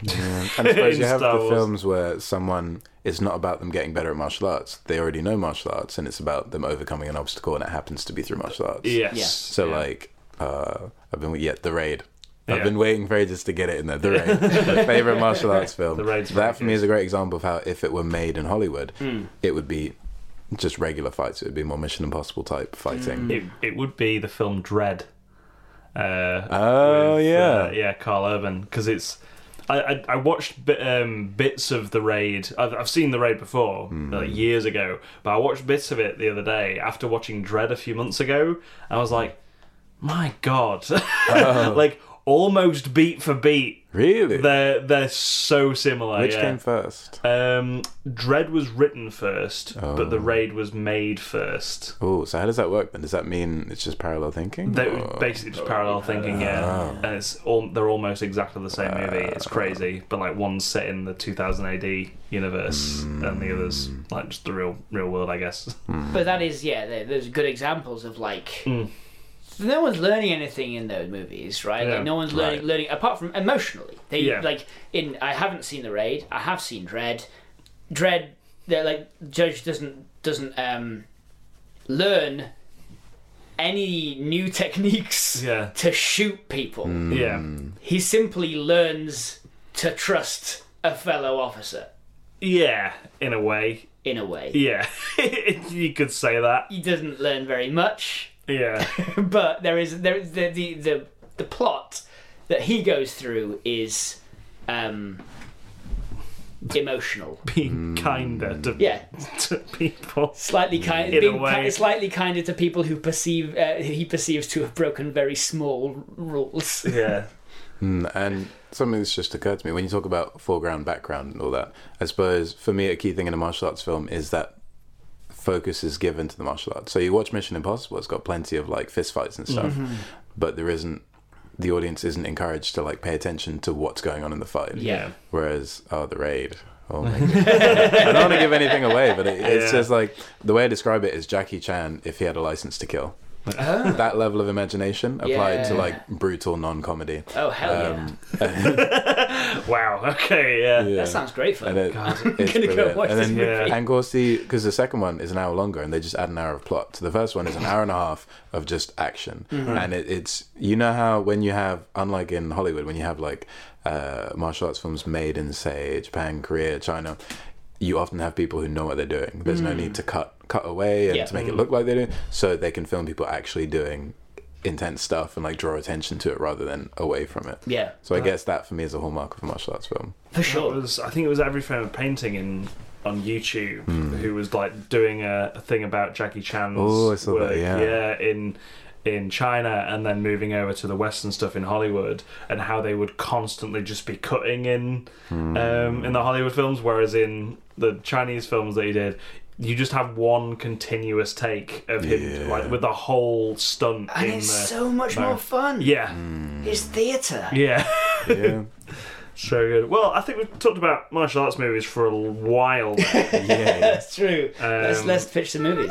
Speaker 2: And I suppose
Speaker 1: In
Speaker 2: you have
Speaker 1: Star
Speaker 2: the
Speaker 1: Wars.
Speaker 2: films where someone it's not about them getting better at martial arts. They already know martial arts, and it's about them overcoming an obstacle, and it happens to be through martial arts.
Speaker 1: Yes.
Speaker 3: Yeah.
Speaker 2: So
Speaker 1: yeah.
Speaker 2: like, uh, I've been yeah, the raid. I've
Speaker 1: Yeah.
Speaker 2: been waiting for ages to get it in there. The Raid, my favorite martial arts film.
Speaker 1: The Raid's Hmm. very
Speaker 2: that for me is a great example of how if it were made in Hollywood, it would be just regular fights. It would be more Mission Impossible type fighting.
Speaker 1: It, it would be the film Dread. Uh,
Speaker 2: Oh
Speaker 1: with,
Speaker 2: yeah,
Speaker 1: uh, yeah, Carl Urban because it's. I, I, I watched bi- um, bits of the raid. I've, I've seen the raid before,
Speaker 2: Hmm.
Speaker 1: like years ago, but I watched bits of it the other day after watching Dread a few months ago. I was like, my god,
Speaker 2: Oh.
Speaker 1: like almost beat for beat.
Speaker 2: really.
Speaker 1: They're they're so similar.
Speaker 2: Which
Speaker 1: yeah.
Speaker 2: came first?
Speaker 1: Um, Dread was written first, but the raid was made first.
Speaker 2: Oh, so how does that work then? Does that mean it's just parallel thinking?
Speaker 1: They
Speaker 2: or-
Speaker 1: were basically just parallel thinking, yeah. And it's all they're almost exactly the same movie. It's crazy, but like one's set in the 2000 AD universe, and the others like just the real real world, I guess.
Speaker 3: But that is, yeah, there- there's good examples of like.
Speaker 1: Hmm.
Speaker 3: No one's learning anything in those movies, right?
Speaker 1: Yeah.
Speaker 3: Like no one's learning,
Speaker 2: Right.
Speaker 3: learning apart from emotionally. They
Speaker 1: Yeah.
Speaker 3: like in. I haven't seen the raid. I have seen Dread. Dread. They're like Judge doesn't doesn't um, learn any new techniques
Speaker 1: Yeah.
Speaker 3: to shoot people.
Speaker 1: Yeah,
Speaker 3: He simply learns to trust a fellow officer
Speaker 1: yeah, in a way,
Speaker 3: in a way.
Speaker 1: yeah, you could say that.
Speaker 3: He doesn't learn very much.
Speaker 1: Yeah,
Speaker 3: but there is there the the the, the plot that he goes through is um emotional
Speaker 1: being kinder to,
Speaker 3: yeah
Speaker 1: to people.
Speaker 3: slightly kind
Speaker 1: In a
Speaker 3: being
Speaker 1: way.
Speaker 3: ki- slightly kinder to people who perceive uh, he perceives to have broken very small rules
Speaker 1: Yeah,
Speaker 2: Mm, And something that's just occurred to me when you talk about foreground, background, and all that. I suppose for me, a key thing in a martial arts film is that focus is given to the martial arts. So you watch Mission Impossible; it's got plenty of like fist fights and
Speaker 3: Mm-hmm.
Speaker 2: stuff, but there isn't. The audience isn't encouraged to like pay attention to what's going on in the fight.
Speaker 3: Yeah.
Speaker 2: Whereas, oh, the raid. Oh my God. I don't want to give anything away, but it, it's
Speaker 1: Yeah.
Speaker 2: just like the way I describe it is Jackie Chan if he had a license to kill.
Speaker 1: Ah.
Speaker 2: That level of imagination applied to
Speaker 3: Yeah.
Speaker 2: like brutal non-comedy. Um,
Speaker 3: oh hell yeah
Speaker 1: wow. Okay, Um, yeah,
Speaker 2: Yeah.
Speaker 3: that sounds great for
Speaker 2: And
Speaker 3: him.
Speaker 2: it, it's
Speaker 3: gonna go
Speaker 2: brilliant.
Speaker 3: watch
Speaker 2: and
Speaker 3: this
Speaker 2: then,
Speaker 1: movie.
Speaker 2: yeah. And of course, the because the second one is an hour longer, and they just add an hour of plot. So the first one is an hour and a half of just action,
Speaker 3: Mm-hmm.
Speaker 2: and it, it's you know how when you have unlike in Hollywood when you have like uh, martial arts films made in say Japan, Korea, China, you often have people who know what they're doing. There's no need to cut cut away and
Speaker 3: Mm. Yeah.
Speaker 2: to make it look like they're doing, so they can film people actually doing intense stuff and like draw attention to it rather than away from it.
Speaker 3: yeah
Speaker 2: So I guess that for me is a hallmark of a martial arts film.
Speaker 3: for
Speaker 1: It
Speaker 3: sure
Speaker 1: was- I think it was every frame of painting in on YouTube who was like doing a, a thing about Jackie Chan's
Speaker 2: Hmm. Oh, I saw that,
Speaker 1: work.
Speaker 2: yeah.
Speaker 1: in in China and then moving over to the Western stuff in Hollywood and how they would constantly just be cutting in
Speaker 2: Hmm.
Speaker 1: um, in the Hollywood films, whereas in the Chinese films that he did. You just have one continuous take of him,
Speaker 2: Yeah.
Speaker 1: like with the whole stunt.
Speaker 3: and
Speaker 1: in
Speaker 3: it's
Speaker 1: the,
Speaker 3: so much more fun
Speaker 1: yeah,
Speaker 2: Hmm.
Speaker 3: it's theater
Speaker 1: yeah.
Speaker 2: Yeah.
Speaker 1: So good. Well, I think we've talked about martial arts movies for a while. now.
Speaker 2: yeah.
Speaker 3: that's true let's
Speaker 1: Um,
Speaker 3: let's pitch the movies